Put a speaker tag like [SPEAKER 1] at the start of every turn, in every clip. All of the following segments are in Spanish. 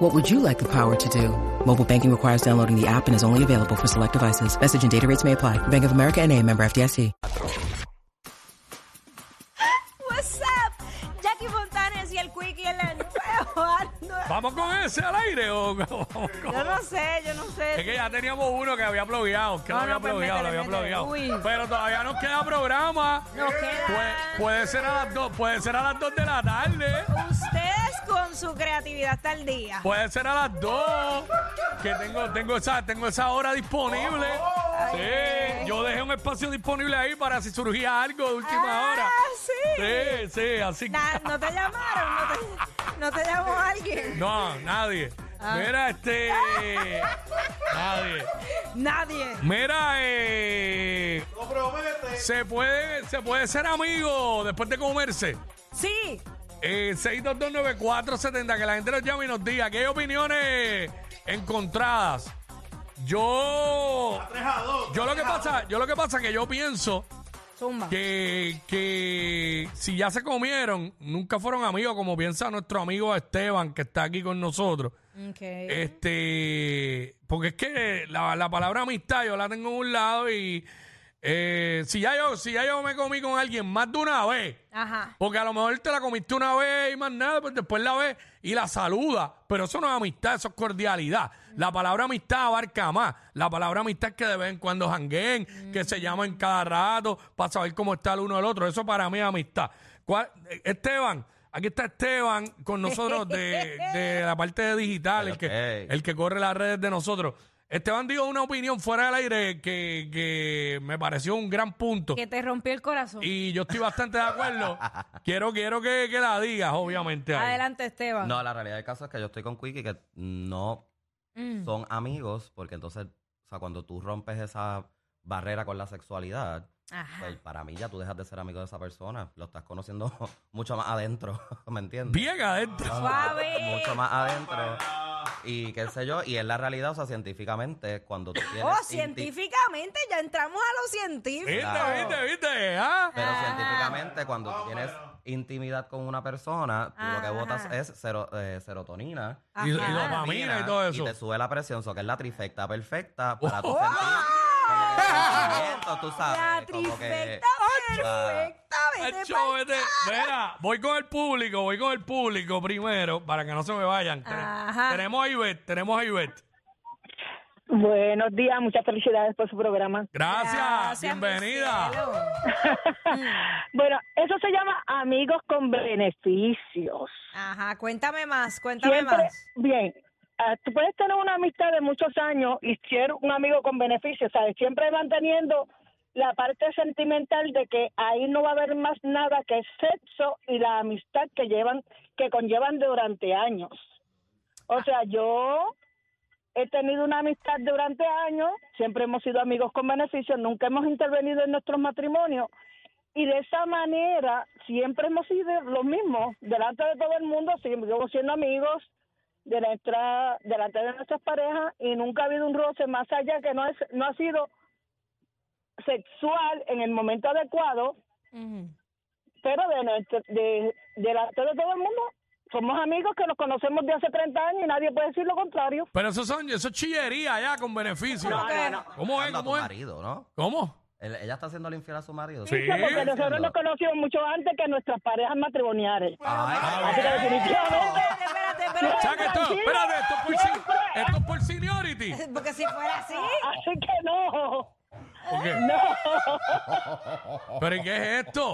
[SPEAKER 1] What would you like the power to do? Mobile banking requires downloading the app and is only available for select devices. Message and data rates may apply. Bank of America and a member FDIC.
[SPEAKER 2] What's up? Jackie Fontanes y el Quickie en la nueva.
[SPEAKER 3] ¿Vamos con ese al aire o o- o-
[SPEAKER 2] Yo no sé, yo no
[SPEAKER 3] Es que
[SPEAKER 2] sé.
[SPEAKER 3] ya teníamos uno que había plugueado, que
[SPEAKER 2] No,
[SPEAKER 3] no, había
[SPEAKER 2] no, pues
[SPEAKER 3] plugueado, lo
[SPEAKER 2] métele,
[SPEAKER 3] había plugueado.
[SPEAKER 2] métele. Uy.
[SPEAKER 3] Pero todavía nos queda programa.
[SPEAKER 2] Nos queda-
[SPEAKER 3] Puede, puede ser a las dos, puede ser a las dos de la tarde.
[SPEAKER 2] Ustedes con su creatividad hasta el día.
[SPEAKER 3] Puede ser a las dos. Que tengo, tengo esa, tengo esa hora disponible. Sí. Yo dejé un espacio disponible ahí para si surgía algo de última hora.
[SPEAKER 2] Ah, sí.
[SPEAKER 3] Sí, sí, así que.
[SPEAKER 2] Na- no te llamaron, no te, no te llamó alguien.
[SPEAKER 3] No, nadie.
[SPEAKER 2] Ah.
[SPEAKER 3] Mira, este. Nadie.
[SPEAKER 2] Nadie.
[SPEAKER 3] Mira, eh, se puede, se puede ser amigo después de comerse.
[SPEAKER 2] Sí.
[SPEAKER 3] Eh, 6229470, que la gente nos llame y nos diga qué opiniones encontradas. Yo, yo lo que pasa, yo lo que pasa que yo pienso
[SPEAKER 2] Zumba.
[SPEAKER 3] que, que si ya se comieron, nunca fueron amigos, como piensa nuestro amigo Esteban, que está aquí con nosotros. Eh.
[SPEAKER 2] Ok.
[SPEAKER 3] Este, porque es que la, la palabra amistad yo la tengo en un lado y eh, si, ya yo, si ya yo me comí con alguien más de una vez,
[SPEAKER 2] Ajá.
[SPEAKER 3] porque a lo mejor te la comiste una vez y más nada, pues después la ves y la saluda, pero eso no es amistad, eso es cordialidad. La palabra amistad abarca más. La palabra amistad es que de vez en cuando jangueen, que se llaman cada rato para saber cómo está el uno del otro. Eso para mí es amistad. ¿Cuál- Esteban, aquí está Esteban con nosotros de, de la parte de digital, el que,
[SPEAKER 4] Pero,
[SPEAKER 3] el que corre las redes de nosotros. Esteban dio una opinión fuera del aire que, que me pareció un gran punto.
[SPEAKER 2] Que te rompió el corazón.
[SPEAKER 3] Y yo estoy bastante de acuerdo. quiero quiero que, que la digas, obviamente. ahí.
[SPEAKER 2] Adelante, Esteban.
[SPEAKER 4] No, la realidad del caso es que yo estoy con Quickie que no
[SPEAKER 2] Mm.
[SPEAKER 4] son amigos, porque entonces, o sea, cuando tú rompes esa barrera con la sexualidad,
[SPEAKER 2] Ajá.
[SPEAKER 4] pues para mí ya tú dejas de ser amigo de esa persona, lo estás conociendo mucho más adentro, ¿me entiendes?
[SPEAKER 3] Bien
[SPEAKER 4] Ah,
[SPEAKER 3] adentro.
[SPEAKER 2] Suave.
[SPEAKER 4] Mucho más adentro. Y qué sé yo, y es la realidad, o sea, científicamente, cuando tú tienes...
[SPEAKER 2] Oh,
[SPEAKER 4] inti-
[SPEAKER 2] científicamente, ya entramos a lo
[SPEAKER 3] ¿Viste,
[SPEAKER 2] científico.
[SPEAKER 4] Claro.
[SPEAKER 3] viste, viste? ¿Ah?
[SPEAKER 4] Pero
[SPEAKER 2] Ah.
[SPEAKER 4] científicamente, cuando tú tienes intimidad con una persona, tú lo que botas
[SPEAKER 2] Ajá.
[SPEAKER 4] es sero- eh, serotonina.
[SPEAKER 2] Ajá.
[SPEAKER 3] Y, y dopamina y todo eso.
[SPEAKER 4] Y te sube la presión, so que es la trifecta perfecta para tu sentir. como que sentimientos, tú sabes,
[SPEAKER 2] La
[SPEAKER 4] como que-
[SPEAKER 2] trifecta perfecta. Vete
[SPEAKER 3] Ah. Acho,
[SPEAKER 2] pa'l-
[SPEAKER 3] vete. Mira, voy con el público, voy con el público primero para que no se me vayan. Ten-
[SPEAKER 2] Ajá.
[SPEAKER 3] Tenemos a Ivette, tenemos a Ivette.
[SPEAKER 5] Buenos días, muchas felicidades por su programa.
[SPEAKER 3] Gracias,
[SPEAKER 2] Gracias, mi
[SPEAKER 3] bienvenida.
[SPEAKER 2] cielo.
[SPEAKER 5] Bueno, eso se llama amigos con beneficios.
[SPEAKER 2] Ajá, cuéntame más, cuéntame
[SPEAKER 5] Siempre,
[SPEAKER 2] más.
[SPEAKER 5] bien, ah, tú puedes tener una amistad de muchos años y ser un amigo con beneficios, ¿sabes? Siempre manteniendo la parte sentimental de que ahí no va a haber más nada que sexo y la amistad que llevan, que conllevan durante años.
[SPEAKER 2] Ah.
[SPEAKER 5] O sea, yo he tenido una amistad durante años, siempre hemos sido amigos con beneficios, nunca hemos intervenido en nuestros matrimonios y de esa manera siempre hemos sido los mismos, delante de todo el mundo, seguimos siendo amigos de nuestra, delante de nuestras parejas y nunca ha habido un roce más allá que no, es, no ha sido sexual en el momento adecuado,
[SPEAKER 2] Ujú.
[SPEAKER 5] pero de nuestro, de, delante de todo el mundo somos amigos que nos conocemos de hace 30 años y nadie puede decir lo contrario.
[SPEAKER 3] Pero eso son, eso es chillería ya con beneficio.
[SPEAKER 2] No, no, no.
[SPEAKER 3] ¿Cómo es?
[SPEAKER 4] Buscando a tu
[SPEAKER 3] ¿Cómo es?
[SPEAKER 4] marido, ¿no?
[SPEAKER 3] ¿Cómo?
[SPEAKER 4] Él- ella está haciendo infiel a su marido.
[SPEAKER 3] Sí.
[SPEAKER 4] ¿sí?
[SPEAKER 3] Sí,
[SPEAKER 5] Porque nosotros nos conocimos mucho antes que nuestras parejas matrimoniales.
[SPEAKER 4] Ay,
[SPEAKER 5] Así que definitivamente...
[SPEAKER 2] Espérate, espérate, espérate.
[SPEAKER 3] O sea que esto,
[SPEAKER 5] Tranquilo,
[SPEAKER 3] espérate, esto es por, si-
[SPEAKER 5] siempre.
[SPEAKER 3] esto es por seniority.
[SPEAKER 2] Porque si fuera así,
[SPEAKER 5] Así que no.
[SPEAKER 3] ¿Por qué? ¿Pero y qué es esto?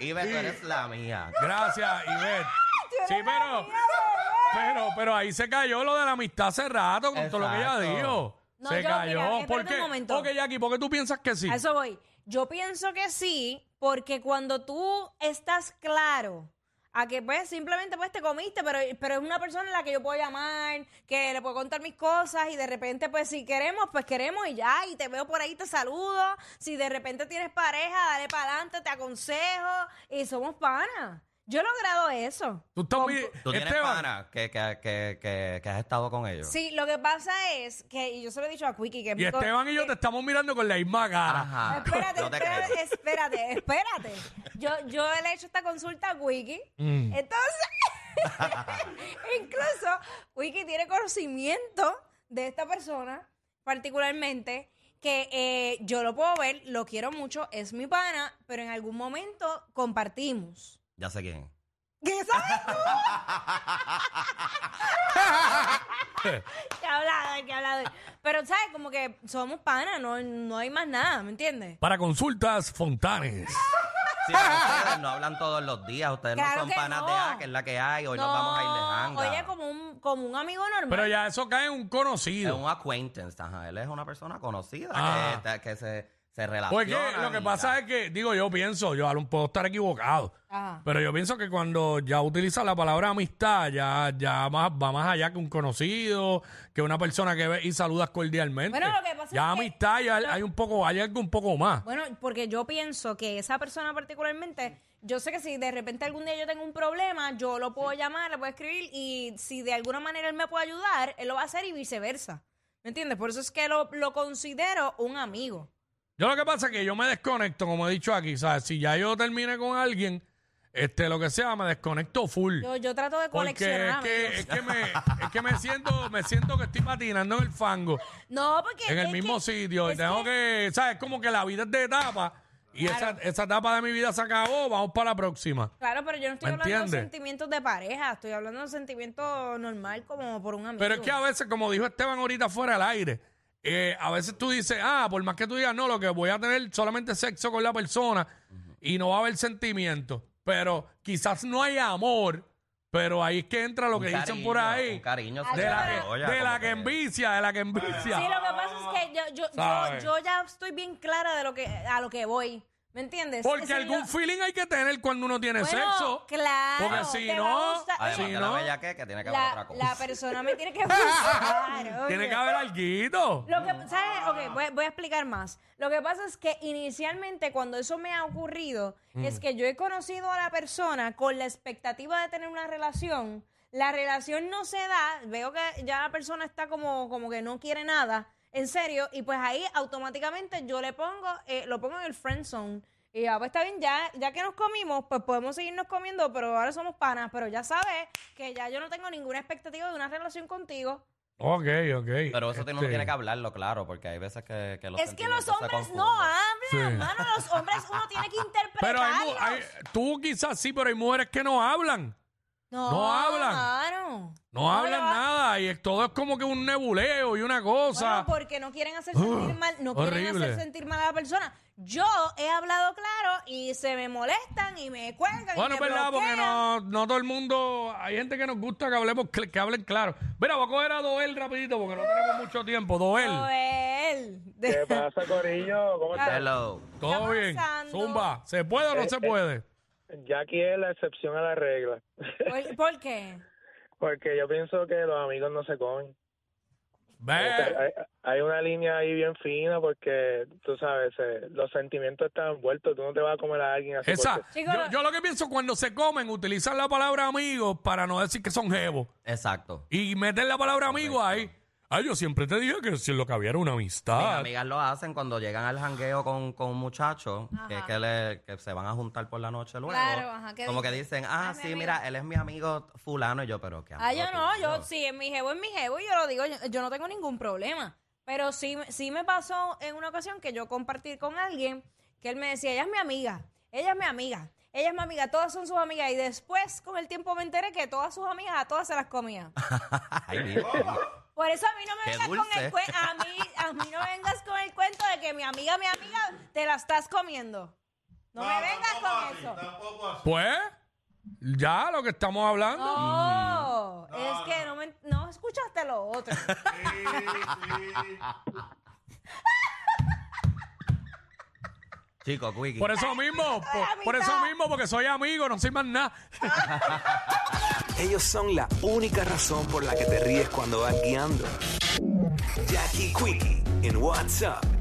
[SPEAKER 4] Ibe, tú eres la mía.
[SPEAKER 3] Gracias, Ivette. Sí, pero, pero, pero ahí se cayó lo de la amistad hace rato con todo lo que ella
[SPEAKER 4] Exacto.
[SPEAKER 3] dijo.
[SPEAKER 2] No,
[SPEAKER 3] se
[SPEAKER 2] yo,
[SPEAKER 3] cayó.
[SPEAKER 2] mira, espérate
[SPEAKER 3] ¿Por
[SPEAKER 2] un
[SPEAKER 3] qué?
[SPEAKER 2] momento.
[SPEAKER 3] Ok, Jackie, ¿por qué tú piensas que sí?
[SPEAKER 2] a eso voy. Yo pienso que sí, porque cuando tú estás claro A que pues simplemente pues te comiste, pero, pero es una persona a la que yo puedo llamar, que le puedo contar mis cosas y de repente pues si queremos, pues queremos y ya, y te veo por ahí, te saludo. Si de repente tienes pareja, dale para adelante, te aconsejo y somos panas. Yo he logrado eso.
[SPEAKER 3] Tú estás muy.
[SPEAKER 4] ¿Tú tienes
[SPEAKER 3] Esteban,
[SPEAKER 4] pana que, que, que, que, que has estado con ellos?
[SPEAKER 2] Sí, lo que pasa es que, y yo se lo he dicho a Quickie, que es
[SPEAKER 3] Y
[SPEAKER 2] mi co-
[SPEAKER 3] Esteban y yo te estamos mirando con la misma cara.
[SPEAKER 4] Ajá.
[SPEAKER 2] Espérate,
[SPEAKER 4] Ah, No te
[SPEAKER 2] espérate,
[SPEAKER 4] creo.
[SPEAKER 2] espérate, espérate. Yo, yo le he hecho esta consulta a Wiki. Entonces, incluso Wiki tiene conocimiento de esta persona, particularmente, que eh, yo lo puedo ver, lo quiero mucho, es mi pana, pero en algún momento compartimos.
[SPEAKER 4] Ya sé quién.
[SPEAKER 2] ¿Qué sabes tú? Qué hablador, qué hablador. Pero, ¿sabes? Como que somos panas, no, no hay más nada, ¿me entiendes?
[SPEAKER 3] Para consultas, Fontanes.
[SPEAKER 4] Sí, pero ustedes no hablan todos los días. Ustedes
[SPEAKER 2] Claro
[SPEAKER 4] no son
[SPEAKER 2] que
[SPEAKER 4] panas
[SPEAKER 2] no.
[SPEAKER 4] de ah, que es la que hay. Hoy nos vamos a ir de hanga.
[SPEAKER 2] Oye, como un, como un amigo normal.
[SPEAKER 3] Pero ya eso cae en un
[SPEAKER 4] Es
[SPEAKER 3] conocido.
[SPEAKER 4] un acquaintance. Ajá. Él es una persona conocida
[SPEAKER 3] Ah.
[SPEAKER 4] que, que se, se relaciona.
[SPEAKER 3] Porque lo que pasa es que, digo, yo pienso, yo a lo puedo estar equivocado,
[SPEAKER 2] Ajá.
[SPEAKER 3] pero yo pienso que cuando ya utilizas la palabra amistad, ya, ya más, va más allá que un conocido, que una persona que ve y saludas cordialmente.
[SPEAKER 2] Bueno, lo que pasa
[SPEAKER 3] ya
[SPEAKER 2] es que-
[SPEAKER 3] amistad, ya hay un poco, hay algo un poco más.
[SPEAKER 2] Bueno, porque yo pienso que esa persona particularmente, yo sé que si de repente algún día yo tengo un problema, yo lo puedo llamar, le puedo escribir y si de alguna manera él me puede ayudar, él lo va a hacer y viceversa. ¿Me entiendes? Por eso es que lo, lo considero un amigo.
[SPEAKER 3] Yo lo que pasa es que yo me desconecto, como he dicho aquí, ¿sabes? Si ya yo terminé con alguien, este, lo que sea, me desconecto full.
[SPEAKER 2] Yo, yo trato de
[SPEAKER 3] porque es
[SPEAKER 2] coleccionar.
[SPEAKER 3] que,
[SPEAKER 2] amigos.
[SPEAKER 3] es que me, es que me siento, me siento que estoy patinando en el fango.
[SPEAKER 2] no, porque...
[SPEAKER 3] en el
[SPEAKER 2] es
[SPEAKER 3] mismo
[SPEAKER 2] que-
[SPEAKER 3] sitio. Y
[SPEAKER 2] es
[SPEAKER 3] tengo que, ¿sabes? Como que la vida es de etapa. Y esa, esa etapa de mi vida se acabó. Vamos para la próxima.
[SPEAKER 2] Claro, pero yo no estoy
[SPEAKER 3] ¿Me
[SPEAKER 2] hablando de
[SPEAKER 3] entiendes?
[SPEAKER 2] sentimientos de pareja, estoy hablando de sentimientos normal como por un amigo.
[SPEAKER 3] Pero es que a veces, como dijo Esteban ahorita fuera al aire, eh, a veces tú dices, ah, por más que tú digas, no, lo que voy a tener solamente sexo con la persona y no va a haber sentimiento. Pero quizás no hay amor, pero ahí es que entra lo
[SPEAKER 4] Un
[SPEAKER 3] que dicen
[SPEAKER 4] cariño,
[SPEAKER 3] por ahí.
[SPEAKER 4] Un cariño.
[SPEAKER 2] Ah,
[SPEAKER 4] sí,
[SPEAKER 3] De la,
[SPEAKER 4] oye,
[SPEAKER 3] de la
[SPEAKER 4] como
[SPEAKER 3] que envicia, de la que
[SPEAKER 2] Sí,
[SPEAKER 3] envicia.
[SPEAKER 2] lo que pasa es que yo, yo, yo,
[SPEAKER 3] ¿Sabes?
[SPEAKER 2] yo ya estoy bien clara de lo que a lo que voy. ¿Me entiendes?
[SPEAKER 3] Porque
[SPEAKER 2] Si
[SPEAKER 3] algún
[SPEAKER 2] lo-
[SPEAKER 3] feeling hay que tener cuando uno tiene
[SPEAKER 2] Bueno,
[SPEAKER 3] sexo.
[SPEAKER 2] Claro.
[SPEAKER 3] Porque si
[SPEAKER 2] te va
[SPEAKER 3] no-
[SPEAKER 2] a gustar-
[SPEAKER 4] Además
[SPEAKER 3] Sí,
[SPEAKER 4] de la
[SPEAKER 3] ¿no?
[SPEAKER 4] bellaqueca, que tiene que haber
[SPEAKER 2] la,
[SPEAKER 4] otra cosa.
[SPEAKER 2] la persona me tiene que gustar.
[SPEAKER 3] Tiene
[SPEAKER 2] obvio.
[SPEAKER 3] que haber alguito.
[SPEAKER 2] Lo que, ¿sabes? Ok, voy, voy a explicar más. Lo que pasa es que inicialmente cuando eso me ha ocurrido es que yo he conocido a la persona con la expectativa de tener una relación. La relación no se da, veo que ya la persona está como, como que no quiere nada, en serio, y pues ahí automáticamente yo le pongo, eh, lo pongo en el friend zone. Y ya, pues está bien, ya, ya que nos comimos, pues podemos seguirnos comiendo, pero ahora somos panas, pero ya sabes que ya yo no tengo ninguna expectativa de una relación contigo.
[SPEAKER 3] Ok, ok.
[SPEAKER 4] Pero eso tiene- uno
[SPEAKER 3] Este,
[SPEAKER 4] tiene que hablarlo, claro, porque hay veces que, que los
[SPEAKER 2] Es que los
[SPEAKER 4] sentimientos se
[SPEAKER 2] hombres no
[SPEAKER 4] confunden.
[SPEAKER 2] hablan,
[SPEAKER 3] Sí.
[SPEAKER 2] mano. Los hombres uno tiene que
[SPEAKER 3] Pero hay, mu-
[SPEAKER 2] interpretarlos.
[SPEAKER 3] hay- tú quizás sí, pero hay mujeres que no hablan. no hablan.
[SPEAKER 2] mano.
[SPEAKER 3] No
[SPEAKER 2] ¿Cómo le
[SPEAKER 3] hablan
[SPEAKER 2] va-
[SPEAKER 3] nada. Y es- todo es como que un nebuleo y una cosa.
[SPEAKER 2] Bueno, pues, porque no quieren hacer sentir mal, no quieren
[SPEAKER 3] horrible.
[SPEAKER 2] hacer sentir mal a la persona. Yo he hablado claro y se me molestan y me cuelgan. y
[SPEAKER 3] bueno, es
[SPEAKER 2] me
[SPEAKER 3] verdad, porque
[SPEAKER 2] bloquean.
[SPEAKER 3] no, no todo el mundo. Hay gente que nos gusta que hablemos, cl- que hablen claro. Mira, voy a coger a Doel rapidito porque no tenemos mucho tiempo. Doel,
[SPEAKER 2] Joel.
[SPEAKER 6] ¿Qué pasa, Corillo? ¿Cómo estás?
[SPEAKER 4] Hello.
[SPEAKER 3] todo
[SPEAKER 2] está
[SPEAKER 3] bien.
[SPEAKER 2] pasando?
[SPEAKER 3] Zumba, ¿se puede o no se puede?
[SPEAKER 6] Jackie es la excepción a la regla.
[SPEAKER 2] ¿Por, por qué?
[SPEAKER 6] Porque yo pienso que los amigos no se comen. O
[SPEAKER 5] eh,
[SPEAKER 6] sea,
[SPEAKER 3] Ve.
[SPEAKER 6] hay, hay una línea ahí bien fina porque, tú sabes, eh, los sentimientos están envueltos. Tú no te vas a comer a alguien
[SPEAKER 5] eh,
[SPEAKER 6] así.
[SPEAKER 3] Esa,
[SPEAKER 6] porque-
[SPEAKER 2] Chicos,
[SPEAKER 3] yo, yo lo que pienso cuando se comen, utilizan la palabra amigos para no decir que son jevos.
[SPEAKER 4] Exacto.
[SPEAKER 3] Y meter la palabra amigo ahí. Ay, yo siempre te dije que si lo que había era una
[SPEAKER 4] Mis
[SPEAKER 3] amistad.
[SPEAKER 4] amigas lo hacen cuando llegan al jangueo con, con muchachos que, es
[SPEAKER 2] Ajá.
[SPEAKER 4] que, le- que se van a juntar por la noche luego.
[SPEAKER 2] Claro, ajá, ¿qué
[SPEAKER 4] Como que
[SPEAKER 2] dicen?
[SPEAKER 4] dicen, ah,
[SPEAKER 2] Ay, mi
[SPEAKER 4] sí,
[SPEAKER 2] amigo.
[SPEAKER 4] mira, él es mi amigo fulano. Y yo, pero qué
[SPEAKER 2] Ah, yo
[SPEAKER 4] amigo
[SPEAKER 2] no,
[SPEAKER 4] tuyo?
[SPEAKER 2] yo sí, es mi jevo, es mi jevo y yo lo digo, yo, yo no tengo ningún problema. Pero sí, me- sí me pasó en una ocasión que yo compartí con alguien que él me decía, ella es mi amiga, ella es mi amiga, ella es mi amiga, todas son sus amigas. Y después, con el tiempo, me enteré que todas sus amigas a todas se las comía.
[SPEAKER 4] Ay, mi-
[SPEAKER 2] Por eso a mí no me
[SPEAKER 4] Qué
[SPEAKER 2] vengas con el
[SPEAKER 4] dulce.
[SPEAKER 2] cuento, a mí, a mí no vengas con el cuento de que mi amiga, mi amiga, te la estás comiendo. No me vengas con eso.
[SPEAKER 3] Pues, ya lo que estamos hablando.
[SPEAKER 2] No, Oh,
[SPEAKER 4] Mm.
[SPEAKER 2] es que no, me, no escuchaste lo otro.
[SPEAKER 4] Chico, Quickie.
[SPEAKER 3] Por eso mismo, por, por eso mismo, porque soy amigo, no soy más nada.
[SPEAKER 7] Ellos son la única razón por la que te ríes cuando vas guiando. Jackie Quickie en WhatsApp